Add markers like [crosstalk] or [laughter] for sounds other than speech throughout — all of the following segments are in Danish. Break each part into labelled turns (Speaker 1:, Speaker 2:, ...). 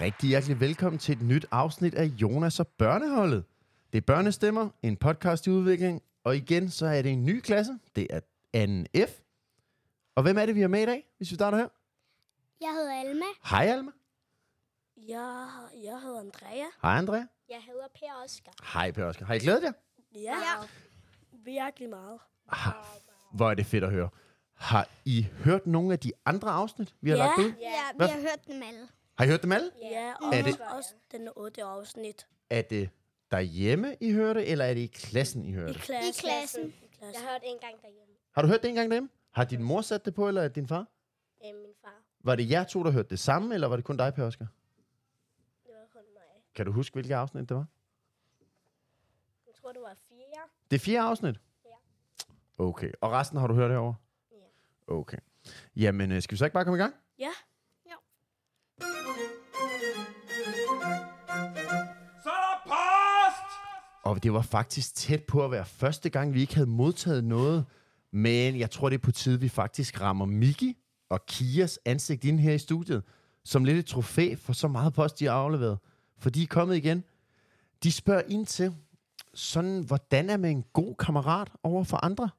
Speaker 1: rigtig hjertelig velkommen til et nyt afsnit af Jonas og Børneholdet. Det er Børnestemmer, en podcast i udvikling, og igen så er det en ny klasse. Det er 2. F. Og hvem er det, vi har med i dag, hvis vi starter her?
Speaker 2: Jeg hedder Alma.
Speaker 1: Hej Alma.
Speaker 3: Jeg, jeg hedder Andrea.
Speaker 1: Hej Andrea.
Speaker 2: Jeg hedder Per Oskar.
Speaker 1: Hej Per Oscar. Har I glædet jer?
Speaker 3: Ja, ja. virkelig meget.
Speaker 1: Ah, Hvor er det fedt at høre. Har I hørt nogle af de andre afsnit, vi har
Speaker 3: Ja.
Speaker 1: lagt ud?
Speaker 2: Ja, vi
Speaker 1: Hvad?
Speaker 2: har hørt dem alle.
Speaker 1: Har I hørt dem alle?
Speaker 3: Ja, ja og
Speaker 1: Er det-
Speaker 3: også den 8. afsnit
Speaker 1: Er det derhjemme, I hører det, eller er det i klassen, I hører
Speaker 3: i
Speaker 1: det?
Speaker 3: klassen.
Speaker 2: I klassen.
Speaker 3: I klassen.
Speaker 4: Jeg hørte en gang derhjemme
Speaker 1: Har du hørt det engang derhjemme? Har din mor sat det på, eller er det din far?
Speaker 4: af øh, min far.
Speaker 1: Var det jer to, der hørte det samme, eller var det kun dig, Per Oscar?
Speaker 4: Det var kun mig.
Speaker 1: Kan du huske, hvilket afsnit det var?
Speaker 4: Jeg tror, det var fire.
Speaker 1: Det er fjerde afsnit?
Speaker 4: Ja.
Speaker 1: Okay, og resten har du hørt herovre?
Speaker 4: Ja.
Speaker 1: Okay. Jamen, øh, skal vi så ikke bare komme i gang?
Speaker 3: Ja.
Speaker 2: Jo.
Speaker 5: Så er der post!
Speaker 1: Og det var faktisk tæt på at være første gang, vi ikke havde modtaget noget. Men jeg tror, det er på tide, vi faktisk rammer Miki og Kias ansigt ind her i studiet. Som lidt et trofæ for så meget post, de har afleveret. For de er kommet igen. De spørger ind til, sådan, hvordan er man en god kammerat over for andre?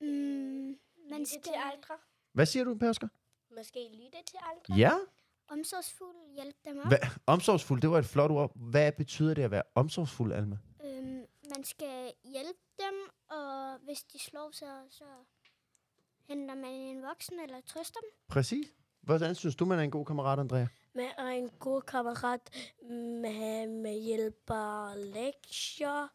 Speaker 2: Mm, man
Speaker 4: Lytte til
Speaker 2: skal
Speaker 4: andre.
Speaker 1: Hvad siger du, Per Oscar?
Speaker 4: Måske lytte til andre.
Speaker 1: Ja.
Speaker 2: omsorgsfuld hjælpe dem op.
Speaker 1: Hva? Omsorgsfuld, det var et flot ord. Hvad betyder det at være omsorgsfuld, Alma?
Speaker 2: Øhm, man skal hjælpe dem, og hvis de slår sig, så henter man en voksen eller trøster dem.
Speaker 1: Præcis. Hvordan synes du, man er en god kammerat, Andrea?
Speaker 3: Med en god kammerat, med, med hjælper lektier,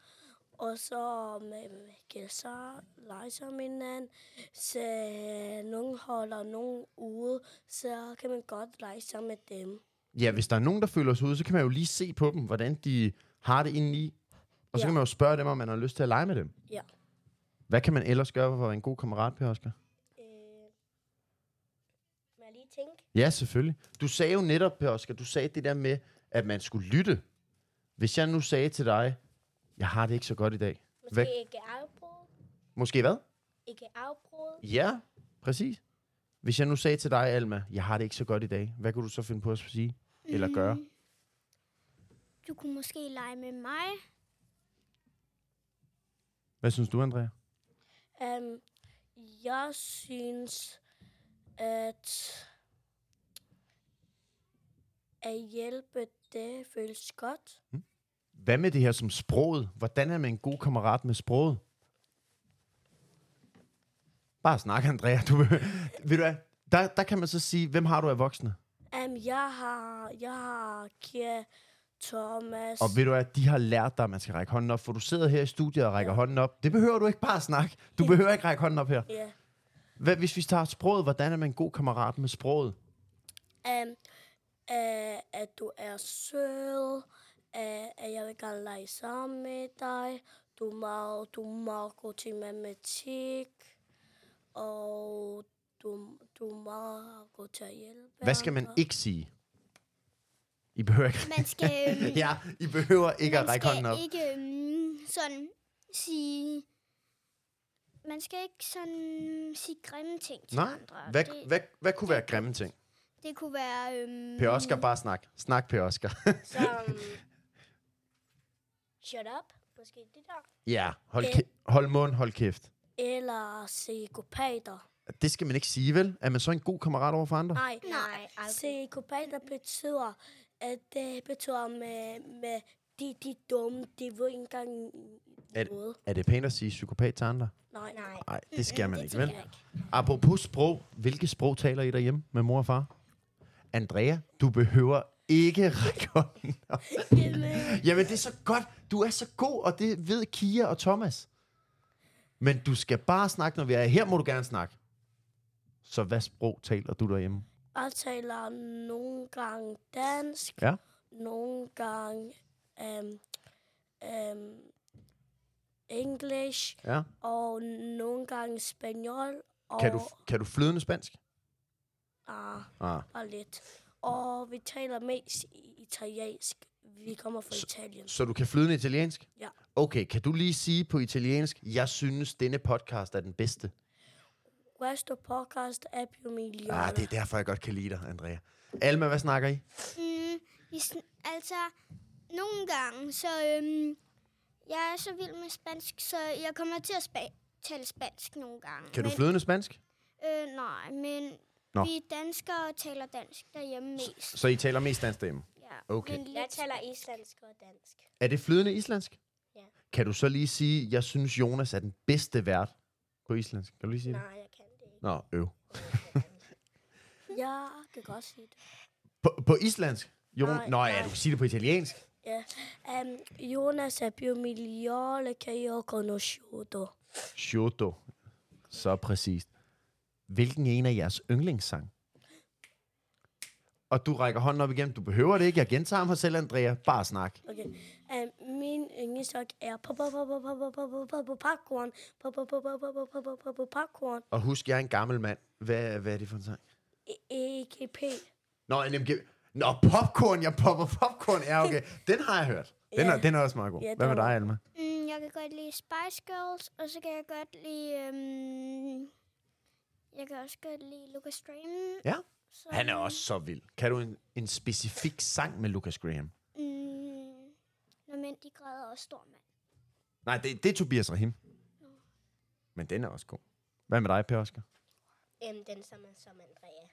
Speaker 3: og så med, med gæster, leger som hinanden. Så øh, nogen holder nogen ude, så kan man godt lege sammen med dem.
Speaker 1: Ja, hvis der er nogen, der føler sig ude, så kan man jo lige se på dem, hvordan de har det indeni. Og så
Speaker 3: Ja.
Speaker 1: kan man jo spørge dem, om man har lyst til at lege med dem.
Speaker 3: Ja.
Speaker 1: Hvad kan man ellers gøre for at være en god kammerat, Per Oscar?
Speaker 4: Øh, må jeg lige tænke?
Speaker 1: Ja, selvfølgelig. Du sagde jo netop, Per Oscar, du sagde det der med, at man skulle lytte. Hvis jeg nu sagde til dig, jeg har det ikke så godt i dag.
Speaker 4: Måske
Speaker 1: Hvad?
Speaker 4: ikke afbryde.
Speaker 1: Måske hvad?
Speaker 4: Ikke afbryde.
Speaker 1: Ja, præcis. Hvis jeg nu sagde til dig, Alma, jeg har det ikke så godt i dag, hvad kunne du så finde på at sige? Eller gøre?
Speaker 3: Øh.
Speaker 2: Mm, Du kunne måske lege med mig.
Speaker 1: Hvad synes du, Andrea?
Speaker 3: Um, jeg synes, at at hjælpe, det føles godt.
Speaker 1: Hvad med det her som sproget? Hvordan er man en god kammerat med sproget? Bare snak, Andrea. Du, behøver- [laughs] ved du hvad? Der, der kan man så sige, hvem har du af voksne?
Speaker 3: Um, jeg har, jeg har Kia, Thomas.
Speaker 1: Og ved du hvad, de har lært dig, at man skal række hånden op, for du sidder her i studiet og rækker hånden op. Det behøver du ikke bare at snakke. Du behøver ikke række hånden op her.
Speaker 3: ja.
Speaker 1: Hvad, hvis vi tager sproget, hvordan er man en god kammerat med sproget?
Speaker 3: um, uh, at du er sød, uh, at jeg vil gerne lege sammen med dig, du er meget, du er meget god til matematik, og du, du er meget god til at hjælpe
Speaker 1: Hvad skal man
Speaker 3: andre.
Speaker 1: ikke sige? I behøver ikke...
Speaker 2: Man skal,
Speaker 1: [laughs]
Speaker 2: øhm,
Speaker 1: Ja, I behøver ikke at
Speaker 2: man
Speaker 1: række
Speaker 2: skal
Speaker 1: hånden op.
Speaker 2: ikke øhm, sådan sige... Man skal ikke sådan sige grimme ting til
Speaker 1: Nej,
Speaker 2: andre.
Speaker 1: hvad,
Speaker 2: det,
Speaker 1: hvad, hvad kunne være grimme ting?
Speaker 2: det kunne være... Øhm,
Speaker 1: Per Oscar, bare snak. Snak, Per Oscar. [laughs]
Speaker 4: Som...
Speaker 3: Um,
Speaker 4: Shut up. Måske det der.
Speaker 1: Ja, hold, kæ- hold mund, hold kæft.
Speaker 3: Eller psykopater.
Speaker 1: Det skal man ikke sige, vel? Er man så en god kammerat over for andre?
Speaker 3: Nej,
Speaker 2: Nej, altså,
Speaker 3: psykopater betyder, at det betyder med, med de, de er dumme, de ved ikke engang
Speaker 1: At-
Speaker 3: noget.
Speaker 1: Er det pænt at sige psykopat til andre?
Speaker 3: Nej, nej.
Speaker 1: Nej, det skal man ikke, vel? Apropos sprog, hvilke sprog taler I derhjemme med mor og far? Andrea, du behøver ikke [laughs] række hånden op.
Speaker 3: Jamen,
Speaker 1: Jamen, det er så godt. Du er så god, og det ved Kia og Thomas. Men du skal bare snakke, når vi er her. Her må du gerne snakke. Så hvad sprog taler du derhjemme?
Speaker 3: jeg taler nogle gange dansk,
Speaker 1: Ja.
Speaker 3: nogle gange øhm, øhm, engelsk,
Speaker 1: Ja.
Speaker 3: og nogle gange spanjol. Og,
Speaker 1: Kan du, kan du flydende spansk?
Speaker 3: ah,
Speaker 1: Ah.
Speaker 3: bare lidt. Og vi taler mest i- italiensk. Vi kommer fra Italien.
Speaker 1: Så du kan flydende italiensk?
Speaker 3: Ja.
Speaker 1: Okay, kan du lige sige på italiensk, jeg synes, denne podcast er den bedste?
Speaker 3: Resto Podcast App Emilia.
Speaker 1: Ah, det er derfor, jeg godt kan lide dig, Andrea. Alma, hvad snakker I?
Speaker 2: Mm, vi sn- altså, nogle gange, så øhm, jeg er så vild med spansk, så jeg kommer til at spa- tale spansk nogle gange.
Speaker 1: Kan du
Speaker 2: men,
Speaker 1: flydende spansk?
Speaker 2: Øh, nej, men
Speaker 1: Nå.
Speaker 2: Nå. vi danskere taler dansk derhjemme mest.
Speaker 1: Så I taler mest dansk derhjemme?
Speaker 2: Ja.
Speaker 1: Okay.
Speaker 2: Men lidt,
Speaker 4: Jeg taler islandsk og dansk.
Speaker 1: Er det flydende islandsk?
Speaker 4: Ja.
Speaker 1: Kan du så lige sige, jeg synes, Jonas er den bedste vært på islandsk? Kan du lige sige
Speaker 4: Nej, jeg kan det ikke.
Speaker 1: det? Nå, øv.
Speaker 3: Ja, kan godt sige det.
Speaker 1: På, på islandsk? Jon...
Speaker 3: Nej,
Speaker 1: Nå ja,
Speaker 3: nej.
Speaker 1: du kan sige det på italiensk.
Speaker 3: Ja. Um, Jonas er più migliore che io ho conosciuto.
Speaker 1: Shoto. Så præcist. Hvilken en af jeres yndlingssang? Og du rækker hånden op igen. Du behøver det ikke. Jeg gentager mig selv, Andrea. Bare snak.
Speaker 3: Okay. Um, min yndlingssang er pa- pa- pa- pa- pa- pa- pa- pa- pa- pa- popcorn. Pa- pa- pa- pa- pa- pa- pa- pa- pa- pa- popcorn.
Speaker 1: Og husk, jeg er en gammel mand. Hvad, hvad er det for en sang?
Speaker 3: E- EKP.
Speaker 1: Nå, en MG. Nå, popcorn. Jeg popper popcorn. Ja, okay. Den har jeg hørt. Den, er,
Speaker 3: Ja.
Speaker 1: den er også meget god.
Speaker 3: Ja, den
Speaker 1: Hvad med
Speaker 3: var-
Speaker 1: dig, Alma?
Speaker 2: mm, jeg kan godt lide Spice Girls, og så kan jeg godt lide... Øhm, jeg kan også godt lide Lucas Graham.
Speaker 1: Ja.
Speaker 2: Så,
Speaker 1: Han er også så vild. Kan du en, en specifik sang med Lucas Graham?
Speaker 2: Mm, når mænd, de græder også stor mand.
Speaker 1: Nej, det, det er Tobias Rahim. Men den er også god. Hvad med dig, Per Oscar?
Speaker 4: Øhm, den som er som Andrea.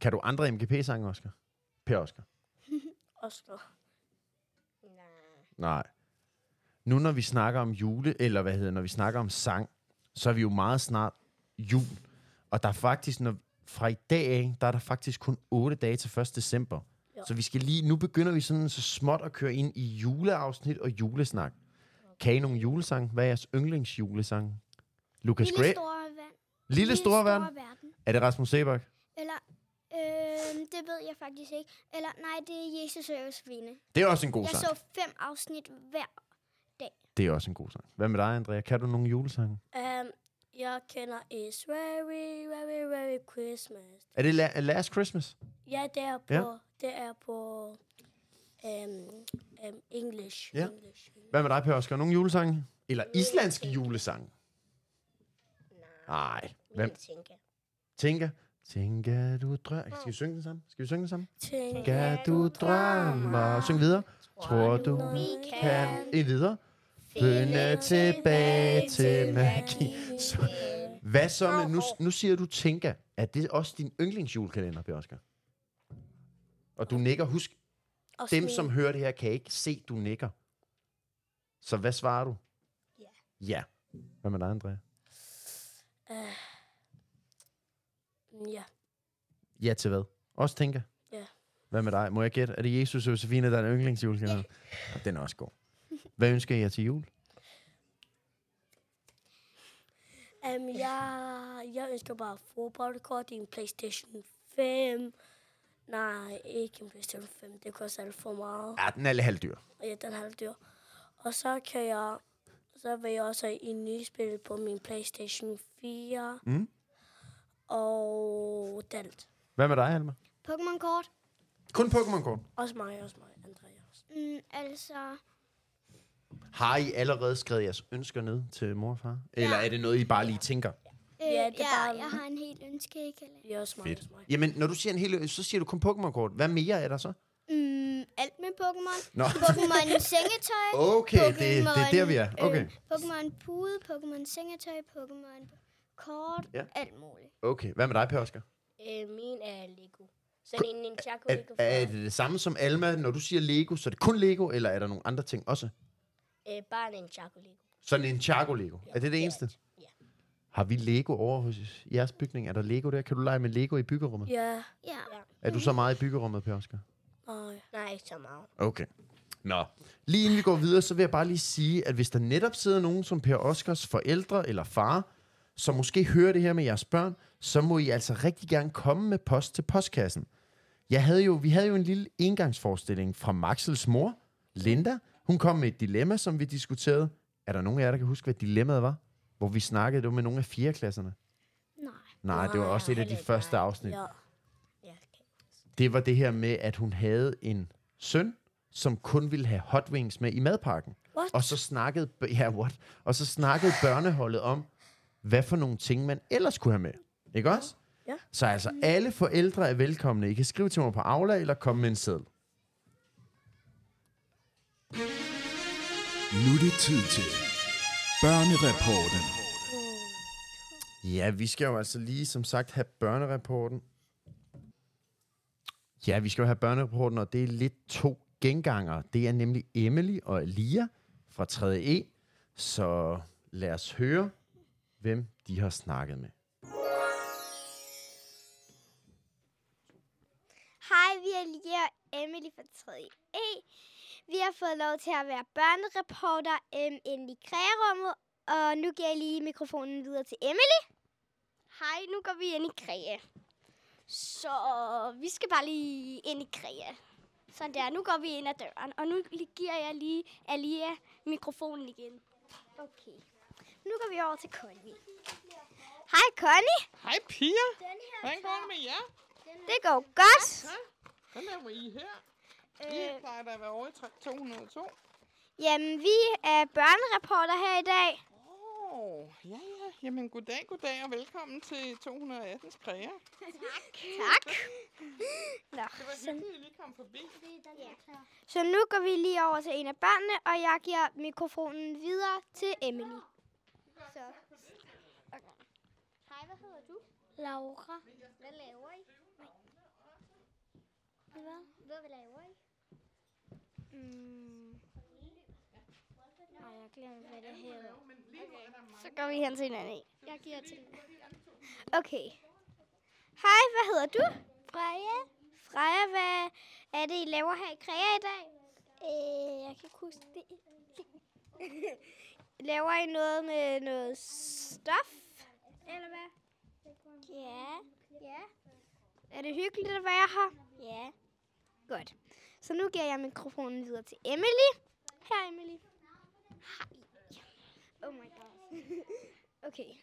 Speaker 1: Kan du andre MGP-sange, Oscar? Per Oscar?
Speaker 3: Oslo.
Speaker 4: Nej.
Speaker 1: Nej. Nu når vi snakker om jule, eller hvad hedder, når vi snakker om sang, så er vi jo meget snart jul. Og der er faktisk, når, fra i dag af, der er der faktisk kun 8 dage til 1. december.
Speaker 3: Ja.
Speaker 1: Så vi skal lige, nu begynder vi sådan så småt at køre ind i juleafsnit og julesnak. Kan I nogle julesange? Hvad er jeres yndlingsjulesange? Lucas
Speaker 2: Lille
Speaker 1: Gray?
Speaker 2: store, vand. Lille,
Speaker 1: Lille Store Verden?
Speaker 2: verden.
Speaker 1: Er det Rasmus Sebak?
Speaker 2: Eller, øhm, det ved jeg faktisk ikke. Eller, nej, det er Jesus og Josefine.
Speaker 1: Det er også en god
Speaker 2: Jeg
Speaker 1: sang.
Speaker 2: så fem afsnit hver.
Speaker 1: Det er også en god sang. Hvad med dig, Andrea? Kan du nogle julesange?
Speaker 3: Um, jeg kender It's Very, Very, Very Christmas.
Speaker 1: Er det La- Last Christmas?
Speaker 3: Ja, det er på,
Speaker 1: Ja.
Speaker 3: ja. det er på um, um, English.
Speaker 1: Ja.
Speaker 3: English.
Speaker 1: Hvad med dig, Per Oscar? Nogle julesange? Eller islandske julesange? Nej. Hvem?
Speaker 4: Min tænke.
Speaker 1: Tænker. Tænker du drømmer. Skal vi synge den sammen? Skal vi synge den sammen?
Speaker 3: Tænk,
Speaker 1: Tænker du drømmer. Syng videre. Tror du
Speaker 4: vi
Speaker 1: kan. En videre. Finde tilbage til magi. Så-
Speaker 2: Øh,
Speaker 1: Hvad så med, nu, nu siger du tænker. Er det også din yndlingsjulekalender, Per Oscar? Og du nikker. Husk,
Speaker 3: og
Speaker 1: Dem,
Speaker 3: smil.
Speaker 1: som hører det her, kan ikke se, du nikker. Så hvad svarer du?
Speaker 4: Ja.
Speaker 1: Ja. Hvad med dig, Andrea?
Speaker 3: mm, Ja,
Speaker 1: Ja til hvad? Også tænker.
Speaker 3: Ja.
Speaker 1: Hvad med dig? Må jeg gætte? Er det Jesus og Josefine, der er en yndlingsjulekalender? Ja. Den er også god. Hvad ønsker jeg til jul?
Speaker 3: um, jeg, jeg ønsker bare fodboldkort i en Playstation 5. Nej, ikke en Playstation 5. Det koster alt for meget.
Speaker 1: Ja, den er lidt halvdyr.
Speaker 3: Og ja, den er halv dyr. Og så kan jeg... Så vil jeg også have en ny spil på min Playstation 4.
Speaker 1: Mm.
Speaker 3: Og Dalt.
Speaker 1: Hvad med dig, Alma?
Speaker 2: Pokémon-kort.
Speaker 1: Kun Pokémon-kort.
Speaker 3: Også mig, også mig, Andrea. Også.
Speaker 2: Mm, altså,
Speaker 1: Har I allerede skrevet jeres ønsker ned til mor og far? Eller er det noget, I bare lige tænker?
Speaker 2: øh,
Speaker 3: Ja,
Speaker 2: ja,
Speaker 3: det er bare-
Speaker 2: jeg har en helt ønske i kalenderen.
Speaker 3: Ja, også mig, også mig.
Speaker 1: Jamen, når du siger en hel ø- så siger du kun Pokémon-kort. Hvad mere er der så?
Speaker 2: Mm, alt med Pokémon.
Speaker 1: Nå. [laughs]
Speaker 2: Pokémon sengetøj.
Speaker 1: Okay, det, det er der, vi er. Okay.
Speaker 2: Øh, Pokémon pude, Pokémon sengetøj, Pokémon kort,
Speaker 1: Ja.
Speaker 2: ja. alt muligt.
Speaker 1: Okay, hvad med dig, Per Oscar?
Speaker 4: Øh, min er Lego. Sådan en Ninjago
Speaker 1: Er,
Speaker 4: Lego.
Speaker 1: er det det samme som Alma, når du siger Lego, så er det kun Lego, eller er der nogle andre ting også?
Speaker 4: Øh, bare en Ninjago Lego.
Speaker 1: Sådan en Chago Lego. Er det det eneste?
Speaker 4: Ja.
Speaker 1: Har vi Lego over hos jeres bygning? Er der Lego der? Kan du lege med Lego i byggerummet?
Speaker 3: Ja,
Speaker 2: Ja.
Speaker 4: Ja.
Speaker 1: Er du så meget i byggerummet, Per Oscar?
Speaker 3: nej.
Speaker 4: Nej, ikke så meget.
Speaker 1: Okay. Nå. Lige inden vi går videre, så vil jeg bare lige sige, at hvis der netop sidder nogen som Per Oscars forældre eller far, som måske hører det her med jeres børn, så må I altså rigtig gerne komme med post til postkassen. Jeg havde jo, vi havde jo en lille engangsforestilling fra Maxels mor, Linda. Hun kom med et dilemma, som vi diskuterede. Er der nogen af jer, der kan huske, hvad dilemmaet var? Hvor vi snakkede det var med nogle af fjerdeklasserne.
Speaker 2: Nej.
Speaker 1: Nej, det var
Speaker 4: Nej,
Speaker 1: også et af de
Speaker 4: heller ikke
Speaker 1: første
Speaker 4: mig.
Speaker 1: afsnit
Speaker 3: Ja.
Speaker 4: Ja, okay.
Speaker 1: det var det her med, at hun havde en søn, som kun ville have hot wings med i madpakken.
Speaker 3: What?
Speaker 1: Og så snakkede, b- ja, what? Og så snakkede børneholdet om, hvad for nogle ting, man ellers kunne have med. Ikke også?
Speaker 3: Ja.
Speaker 1: Så altså, alle forældre er velkomne. I kan skrive til mig på Aula, eller komme med en seddel.
Speaker 6: Nu er det tid til Børnereporten.
Speaker 1: Ja, vi skal jo altså lige, som sagt, have børnerapporten. Ja, vi skal jo have børnerapporten, og det er lidt to genganger. Det er nemlig Emily og Elia fra 3E. Så lad os høre, hvem de har snakket med.
Speaker 2: Hej, vi er Lia og Emily fra 3E. Vi har fået lov til at være børnereporter øhm, inde i krægerummet, og nu giver jeg lige mikrofonen videre til Emily. Hej, nu går vi ind i kræge. Så vi skal bare lige ind i kræge. Sådan der, nu går vi ind ad døren, og nu li- giver jeg lige Alia mikrofonen igen. Okay. Nu går vi over til Connie. Hej Connie,
Speaker 7: Hej piger. Hvordan går det med jer?
Speaker 2: det går godt.
Speaker 7: Hvad laver I her?
Speaker 2: Øh.
Speaker 7: I plejer da at være over i tra- 202. Åh,
Speaker 2: Jamen, vi er børnereporter her i dag.
Speaker 7: oh, ja ja. Jamen goddag, goddag og velkommen til 218's Kræger.
Speaker 2: [laughs]
Speaker 7: [laughs]
Speaker 2: Tak. Nå,
Speaker 7: Det var hyggeligt, at I lige kom forbi.
Speaker 2: så nu går vi lige over til en af børnene, og jeg giver mikrofonen videre til Emily. Så. Hej, hvad hedder du? Laura. Hvad laver I? Hvad? Hvad laver I? Mm. Nej, jeg glemmer, hvad det hedder. Så går vi hen til hinanden. Jeg giver til. Okay. Hej, hvad hedder du? Freja. Freja, hvad er det, I laver her i Krea i dag? Øh, jeg kan ikke huske det. [laughs] laver I noget med noget stof? Eller hvad? Ja. Ja. Er det hyggeligt at være her? Ja. Godt. Så nu giver jeg mikrofonen videre til Emily. Her, Emily. Hej. Oh my god. [laughs] okay.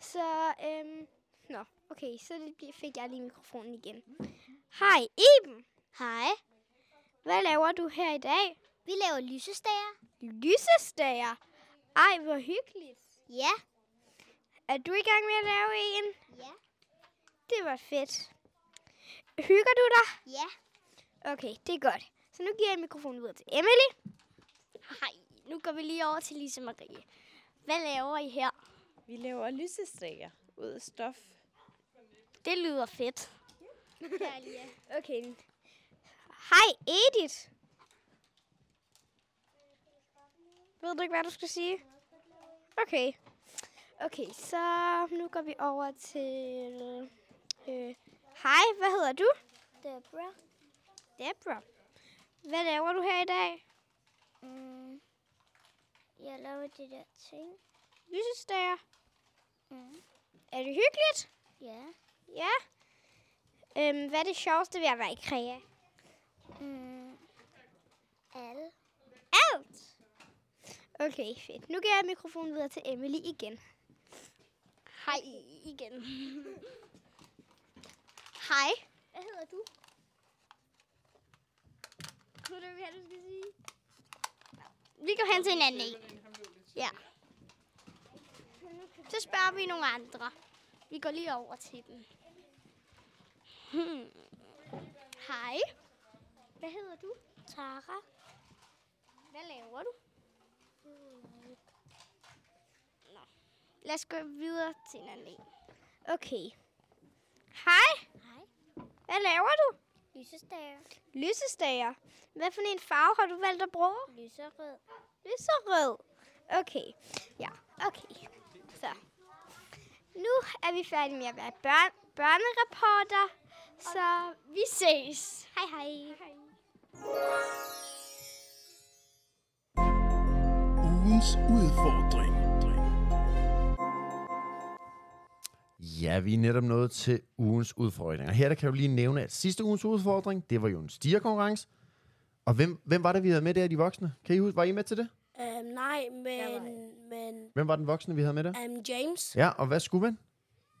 Speaker 2: Så, øhm, nå, okay, så det bli- fik jeg lige mikrofonen igen. Hej, Iben. Hej. Hvad laver du her i dag? Vi laver lysestager. Lysestager? Ej, hvor hyggeligt. Ja. Er du i gang med at lave en? Ja. Det var fedt. Hygger du dig? Ja. Okay, det er godt. Så nu giver jeg mikrofonen videre til Emily. Hej, nu går vi lige over til Lise Marie. Hvad laver I her?
Speaker 8: Vi laver lysestrækker ud af stof.
Speaker 2: Det lyder fedt. [laughs] okay. Hej, Edith. Ved du ikke, hvad du skal sige? Okay. Okay, så nu går vi over til... Øh, hej, hvad hedder du? Debra. Debra. Hvad laver du her i dag?
Speaker 4: Mm, jeg laver de der ting.
Speaker 2: Lysestager.
Speaker 4: Mm.
Speaker 2: Er det hyggeligt?
Speaker 4: Ja.
Speaker 2: Ja. Øhm, hvad er det sjoveste ved at være i Krea?
Speaker 4: Mm, alle.
Speaker 2: alt. Okay, fedt. Nu giver jeg mikrofonen videre til Emily igen. Hej igen. Hej. Hvad hedder du? Ved du, hvad du skal sige? Vi går hen til en anden en. Ja. Så spørger vi nogle andre. Vi går lige over til dem. Hmm. Hej. Hvad hedder du? Tara. Hvad laver du? Nå. Lad os gå videre til en anden en. Okay. Hej. Hej. Hvad laver du?
Speaker 4: Lysestager.
Speaker 2: Lysestager. Hvad for en farve har du valgt at bruge?
Speaker 4: Lyserød.
Speaker 2: Lyserød. Okay. Ja, okay. Så. Nu er vi færdige med at være børn børnereporter. Så vi ses. Hej hej. hej.
Speaker 6: Ugens udfordring.
Speaker 1: Ja, vi er netop nået til ugens udfordring. Og her der kan du lige nævne, at sidste ugens udfordring, det var jo en stierkonkurrence. Og hvem, hvem var det, vi havde med der, de voksne? Kan I huske, var I med til det?
Speaker 3: Øhm, nej, men, men
Speaker 1: Hvem var den voksne, vi havde med der?
Speaker 3: um, James,
Speaker 1: Ja, og hvad skulle man?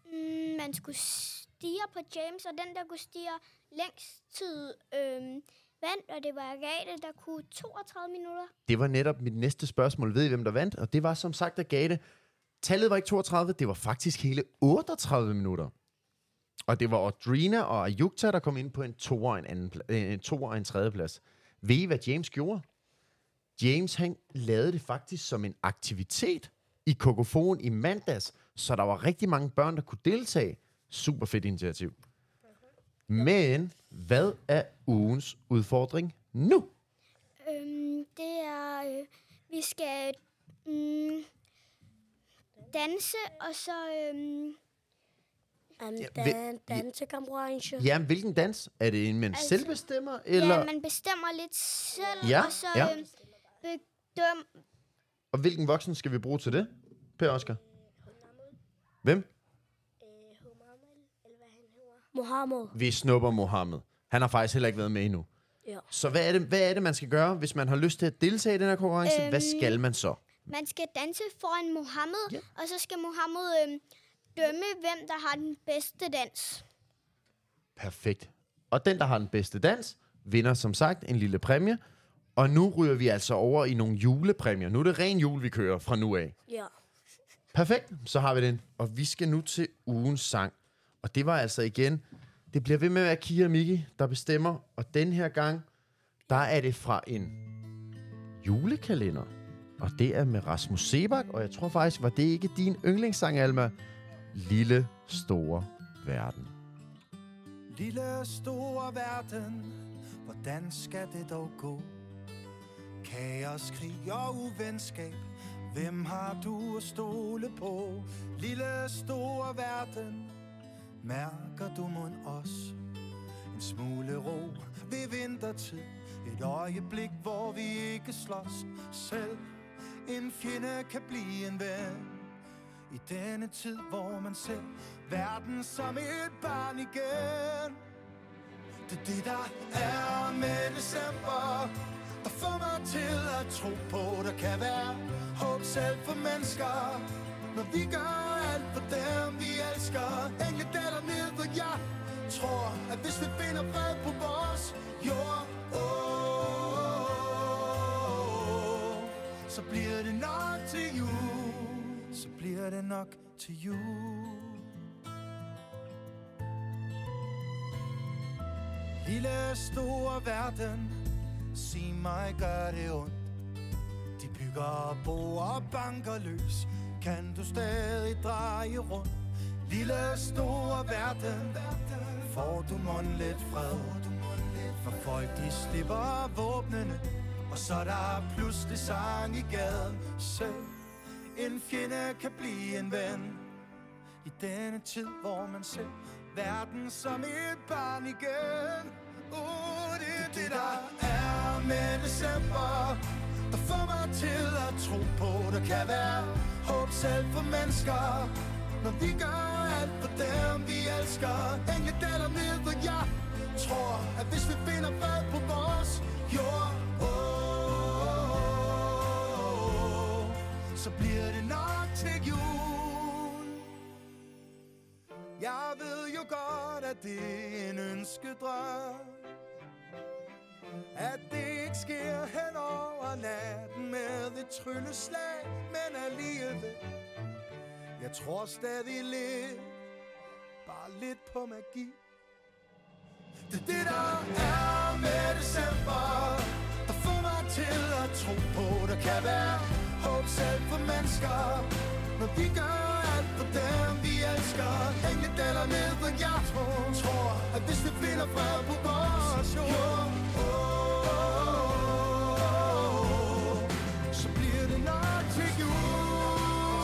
Speaker 2: Mm, man skulle stige på James, og den, der kunne stige længst tid, øhm, vandt, og det var Agathe, der kunne 32 minutter.
Speaker 1: Det var netop mit næste spørgsmål. Ved I, hvem der vandt? Og det var som sagt Agathe. Tallet var ikke 32, det var faktisk hele 38 minutter. Og det var Audrina og Ayukta, der kom ind på en to og en, anden pla- øh, en, toer og en tredje plads. Ved I, hvad James gjorde? James, han lavede det faktisk som en aktivitet i kokofon i mandags, så der var rigtig mange børn, der kunne deltage. Super fedt initiativ. Men hvad er ugens udfordring nu?
Speaker 2: Øhm, det er, øh, vi skal mm, danse, og så... Øhm,
Speaker 3: Um,
Speaker 1: Ja,
Speaker 3: dan,
Speaker 1: vi-
Speaker 3: dansekonkurrence.
Speaker 1: Ja, hvilken dans? Er det en, man altså,
Speaker 2: Altså,
Speaker 1: selv bestemmer? Eller,
Speaker 2: ja, man bestemmer lidt selv,
Speaker 1: Ja,
Speaker 2: og så
Speaker 1: ja.
Speaker 2: øhm, bedøm,
Speaker 1: Og hvilken voksen skal vi bruge til det, Per Oscar? Hvem?
Speaker 3: Mohammed.
Speaker 1: Vi snupper Mohammed. Han har faktisk heller ikke været med endnu.
Speaker 3: Ja.
Speaker 1: Så hvad er, det, hvad er det, man skal gøre, hvis man har lyst til at deltage i den her konkurrence? Øhm, hvad
Speaker 2: Øhm,
Speaker 1: skal man så?
Speaker 2: Man skal danse foran Mohammed,
Speaker 1: Ja.
Speaker 2: ja. og så skal Mohammed øhm, dømme, hvem der har den bedste dans.
Speaker 1: Perfekt. Og den, der har den bedste dans, vinder som sagt en lille præmie. Og nu ryger vi altså over i nogle julepræmier. Nu er det ren jul, vi kører fra nu af.
Speaker 3: Ja.
Speaker 1: Perfekt, så har vi den. Og vi skal nu til ugens sang. Og det var altså igen, det bliver ved med at være Kia og Miki, der bestemmer. Og den her gang, der er det fra en julekalender. Og det er med Rasmus Sebak, og jeg tror faktisk, var det ikke din yndlingssang, Alma? Lille, store verden.
Speaker 9: Lille store verden, hvordan skal det dog gå? Kaos, krig og uvenskab, hvem har du at stole på? Lille store verden, mærker du mon os? En smule ro ved vintertid, et øjeblik, hvor vi ikke slås. Selv en fjende kan blive en ven. I denne tid, hvor man ser verden som et barn igen Det er det, der er med december Der får mig til at tro på, der kan være håb selv for mennesker Når vi gør alt for dem, vi elsker Engle daler ned, og jeg tror At hvis vi finder fred på vores jord oh, så bliver det nok til jul. Så bliver det nok til jul. Lille store verden, sig mig, gør det ondt. De bygger bo og banker løs, kan du stadig dreje rundt. Lille store verden, får du mon lidt fred. For folk de slipper våbnene, og så er der pludselig sang i gaden. Selv en fjende kan blive en ven. I denne tid, hvor man ser verden som et barn igen. Uh, det er det, der er med december, der får mig til at tro på, der kan være håb selv for mennesker. Når vi gør alt for dem, vi elsker, engle daler ned, og jeg tror, at hvis vi finder fred på vores jord, oh, så bliver det nok til jul. Jeg ved jo godt, at det er en ønskedrøm At det ikke sker hen over natten med et trylleslag Men alligevel, jeg tror stadig lidt Bare lidt på magi Det er det, der er med december Der får mig til at tro på, der kan være håb selv for mennesker når vi gør alt for dem, vi elsker Engle daler ned, og jeg tror, tror At hvis vi finder fred på vores jord oh, Så bliver det nok til jul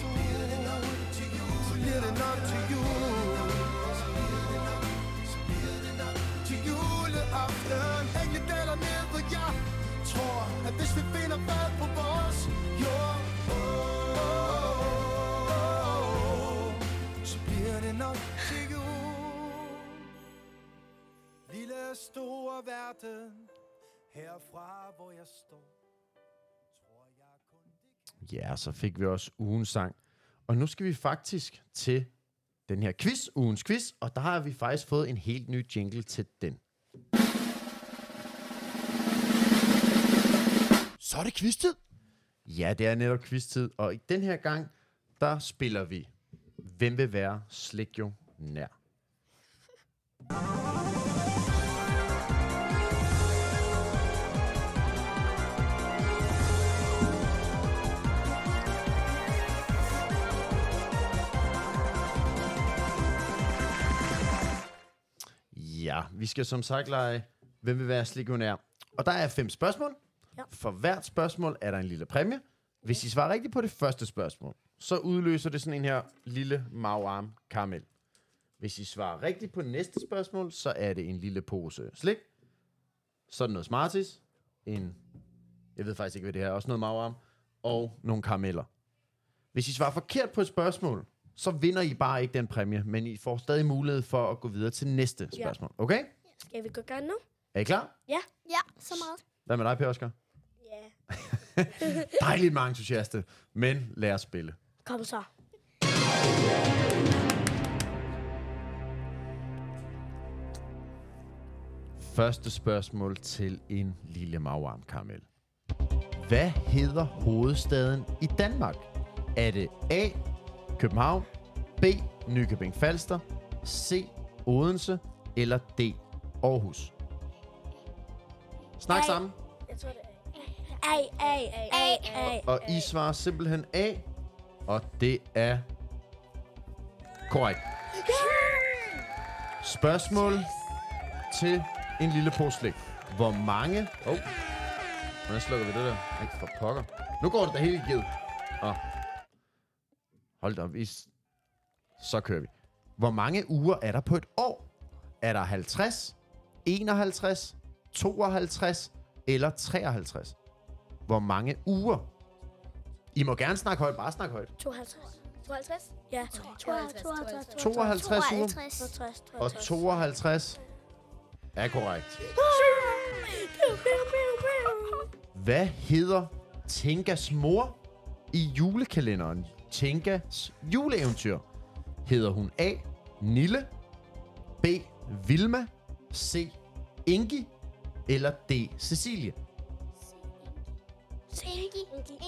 Speaker 9: Så bliver det nok til jul Så bliver det nok til jul Så bliver det nok til juleaften Engle daler ned, og jeg tror At hvis vi finder fred på vores jord så bliver det nok til jul. Lille store verden, herfra hvor jeg står, tror jeg kun det
Speaker 1: Ja, så fik vi også ugens sang. Og nu skal vi faktisk til den her quiz, ugens quiz, og der har vi faktisk fået en helt ny jingle til den. Så er det quiztid. Ja, det er netop quiz-tid, og i den her gang, der spiller vi Hvem vil være slik jo nær? Ja, vi skal som sagt lege Hvem vil være slikionær? Og der er fem spørgsmål.
Speaker 3: Ja.
Speaker 1: For hvert spørgsmål er der en lille præmie. Hvis I svarer rigtigt på det første spørgsmål, så udløser det sådan en her lille magarm karamel. Hvis I svarer rigtigt på næste spørgsmål, så er det en lille pose slik. Sådan noget Smarties. En, jeg ved faktisk ikke, hvad det her er. Også noget magarm. Og nogle karameller. Hvis I svarer forkert på et spørgsmål, så vinder I bare ikke den præmie, men I får stadig mulighed for at gå videre til næste
Speaker 3: Ja.
Speaker 1: spørgsmål. Okay?
Speaker 3: Skal vi gå i gang nu?
Speaker 1: Er I klar?
Speaker 2: Ja, så meget.
Speaker 1: Hvad med dig, Per Oscar?
Speaker 3: Ja.
Speaker 1: [laughs] Dejligt mange entusiaste, men lad os spille.
Speaker 3: Kom så.
Speaker 1: Første spørgsmål til en lille magarm karamel. Hvad hedder hovedstaden i Danmark? Er det A. København, B. Nykøbing Falster, C. Odense eller D. Aarhus? Snak
Speaker 3: A.
Speaker 1: sammen,
Speaker 3: Jeg tror, det er A. A, A, A, A.
Speaker 1: og I svarer simpelthen A, og det er korrekt. Spørgsmål til en lille pose slik. Hvor mange... Oh. Hvordan slukker vi det der? Ikke for pokker. Nu går det da helt givet. Oh. Hold da op. I... s- Så kører vi. Hvor mange uger er der på et år? Er der 50, 51, 52 eller 53? Hvor mange uger? I må gerne snakke højt. Bare snak højt.
Speaker 3: 52. 52? Ja.
Speaker 4: 52, 52,
Speaker 1: 52 uger.
Speaker 2: 52.
Speaker 3: 52.
Speaker 1: Og 52 er korrekt. Hvad hedder Tinkas mor i julekalenderen? Tinkas juleeventyr. Hedder hun A. Nille, B. Vilma, C. Ingi eller D. Cecilie?
Speaker 2: Ingi.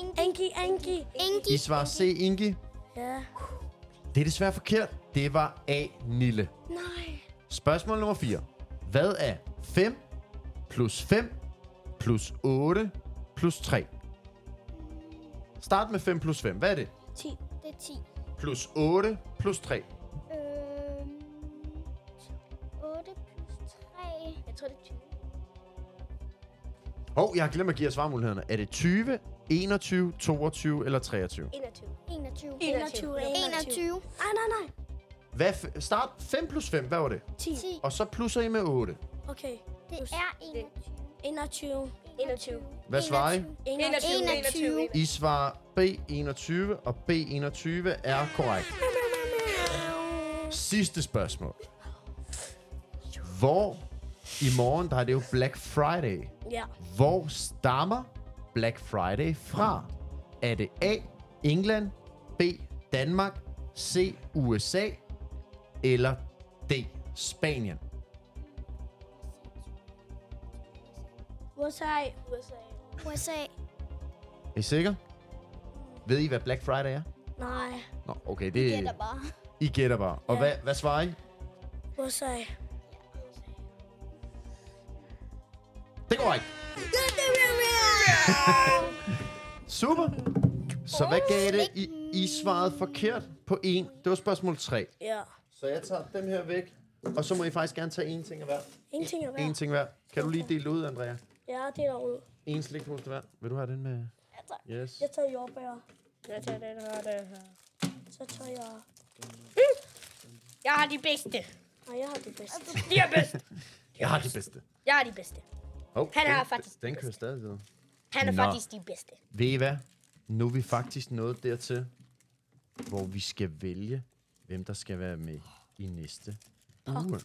Speaker 2: Ingi.
Speaker 3: Anki, Anki.
Speaker 2: Ingi.
Speaker 1: I svarer C. Ingi.
Speaker 3: Ja.
Speaker 1: Det er desværre forkert. Det var A. Nille.
Speaker 2: Nej.
Speaker 1: Spørgsmål nummer 4. Hvad er 5 plus 5 plus 8 plus 3? Start med 5 plus 5. Hvad er det?
Speaker 2: 10. Det er 10.
Speaker 1: Plus 8 plus 3.
Speaker 2: Øhm, 8 plus 3. Jeg tror, det er 20.
Speaker 1: Hov, jeg har glemt at give jer svarmulighederne. Er det 20, 21, 22 eller 23?
Speaker 4: 21.
Speaker 2: 21.
Speaker 3: 21.
Speaker 2: 21.
Speaker 3: Ej, nej, nej.
Speaker 1: Hvad f- start 5 plus 5. Hvad var det?
Speaker 3: 10.
Speaker 2: 10.
Speaker 1: Og så plusser I med 8.
Speaker 3: Okay.
Speaker 2: Det er 21.
Speaker 3: 21.
Speaker 4: 21.
Speaker 1: Hvad svarer I?
Speaker 4: 21.
Speaker 2: 21.
Speaker 1: I svarer B21, og B21 er korrekt. Sidste spørgsmål. Hvor i morgen, der er det jo Black Friday.
Speaker 3: Ja.
Speaker 1: Hvor stammer Black Friday fra? Er det A. England, B. Danmark, C. USA eller D. Spanien?
Speaker 3: USA. USA.
Speaker 2: USA.
Speaker 1: Er I sikre? Ved I, hvad Black Friday er?
Speaker 3: Nej.
Speaker 1: Nå, okay, det er...
Speaker 2: Gætter bare.
Speaker 1: I gætter bare. Og hvad, hvad svarer I?
Speaker 3: USA.
Speaker 1: Det går ikke. [laughs] Super. Så hvad gav det? I, I svarede forkert på en. Det var spørgsmål 3.
Speaker 3: Ja.
Speaker 1: Så jeg tager dem her væk. Og så må I faktisk gerne tage en ting af hver.
Speaker 3: Ingenting at
Speaker 1: En
Speaker 3: være.
Speaker 1: ting hver. Kan du lige dele det ud, Andrea?
Speaker 3: Ja, det er derude.
Speaker 1: En slikpose til hver. Vil du have den med?
Speaker 3: Ja, tak.
Speaker 1: Yes.
Speaker 3: Jeg tager jordbær.
Speaker 4: Jeg tager den her, den her.
Speaker 3: Så tager jeg...
Speaker 4: Jeg har de bedste.
Speaker 3: Nej, jeg har det bedste.
Speaker 4: De er bedst.
Speaker 1: Jeg har de bedste.
Speaker 4: Jeg har de bedste.
Speaker 1: Oh,
Speaker 4: Han
Speaker 1: den-
Speaker 4: har faktisk
Speaker 1: Den
Speaker 4: de
Speaker 1: kører stadig videre.
Speaker 4: Han er
Speaker 1: Nå.
Speaker 4: faktisk de bedste.
Speaker 1: Ved I hvad? Nu er vi faktisk nået dertil, hvor vi skal vælge, hvem der skal være med i næste uge.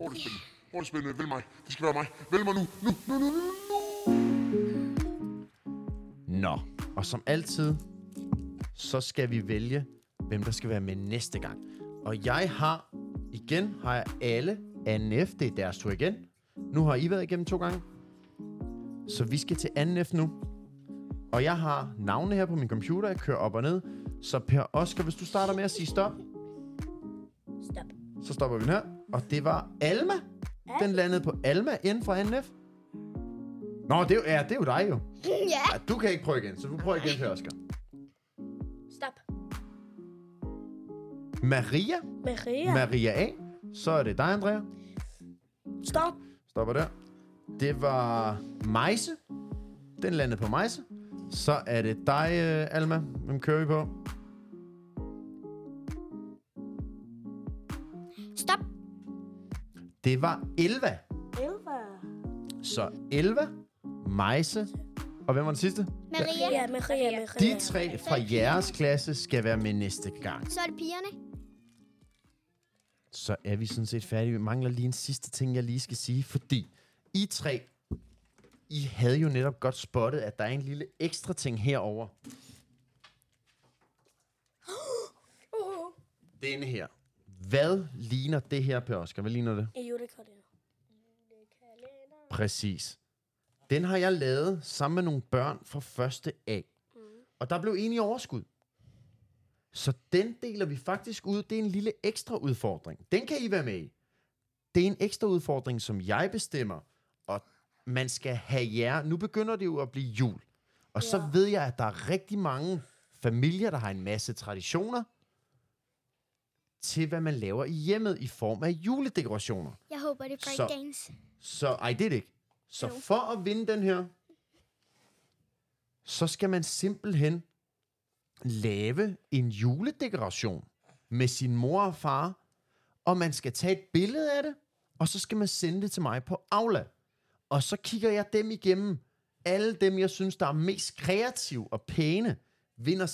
Speaker 10: Rollespil. Rollespil. Vælg mig. Det skal være mig. Vælg mig nu. Nu, nu, nu, nu, nu.
Speaker 1: Nå, og som altid, så skal vi vælge, hvem der skal være med næste gang. Og jeg har, igen har jeg alle anden F, det er deres tur igen. Nu har I været igennem to gange. Så vi skal til anden F nu. Og jeg har navne her på min computer, jeg kører op og ned. Så Per Oscar, hvis du starter med at sige stop,
Speaker 4: Stop.
Speaker 1: så stopper vi den her. Og det var Alma. Den landede på Alma inden for NF. Nå, det er, jo, ja, det er jo dig jo.
Speaker 2: [laughs] ja.
Speaker 1: Ej, du kan ikke prøve igen, så du prøver igen, Per Oscar.
Speaker 4: Stop.
Speaker 1: Maria.
Speaker 3: Maria.
Speaker 1: Maria A. Så er det dig, Andrea.
Speaker 3: Stop.
Speaker 1: Stopper der. Det var Majse. Den landede på Majse. Så er det dig, øh, Alma. Hvem kører vi på?
Speaker 2: Stop.
Speaker 1: Det var Elva.
Speaker 3: Elva.
Speaker 1: Så Elva, Majse, og hvem var den sidste?
Speaker 2: Maria.
Speaker 3: Ja, Maria, Maria.
Speaker 1: De tre fra jeres klasse skal være med næste gang.
Speaker 2: Så er det pigerne.
Speaker 1: Så er vi sådan set færdige. Vi mangler lige en sidste ting, jeg lige skal sige, fordi I tre, I havde jo netop godt spottet, at der er en lille ekstra ting herover. Denne her. Hvad ligner det her, Per Oscar? Hvad ligner det?
Speaker 3: En julekalender.
Speaker 1: Præcis. Den har jeg lavet sammen med nogle børn fra første A. Mm. Og der blev enige overskud. Så den deler vi faktisk ud. Det er en lille ekstra udfordring. Den kan I være med i. Det er en ekstra udfordring, som jeg bestemmer. Og man skal have jer. Nu begynder det jo at blive jul. Og så ved jeg, at der er rigtig mange familier, der har en masse traditioner til, hvad man laver i hjemmet i form af juledekorationer.
Speaker 2: Jeg håber, det er
Speaker 1: Så-
Speaker 2: breakdance.
Speaker 1: Så, ej, det er det ikke. Så
Speaker 2: Jo.
Speaker 1: for at vinde den her, så skal man simpelthen lave en juledekoration med sin mor og far, og man skal tage et billede af det, og så skal man sende det til mig på Aula. Og så kigger jeg dem igennem. Alle dem, jeg synes, der er mest kreative og pæne, vinder simpelthen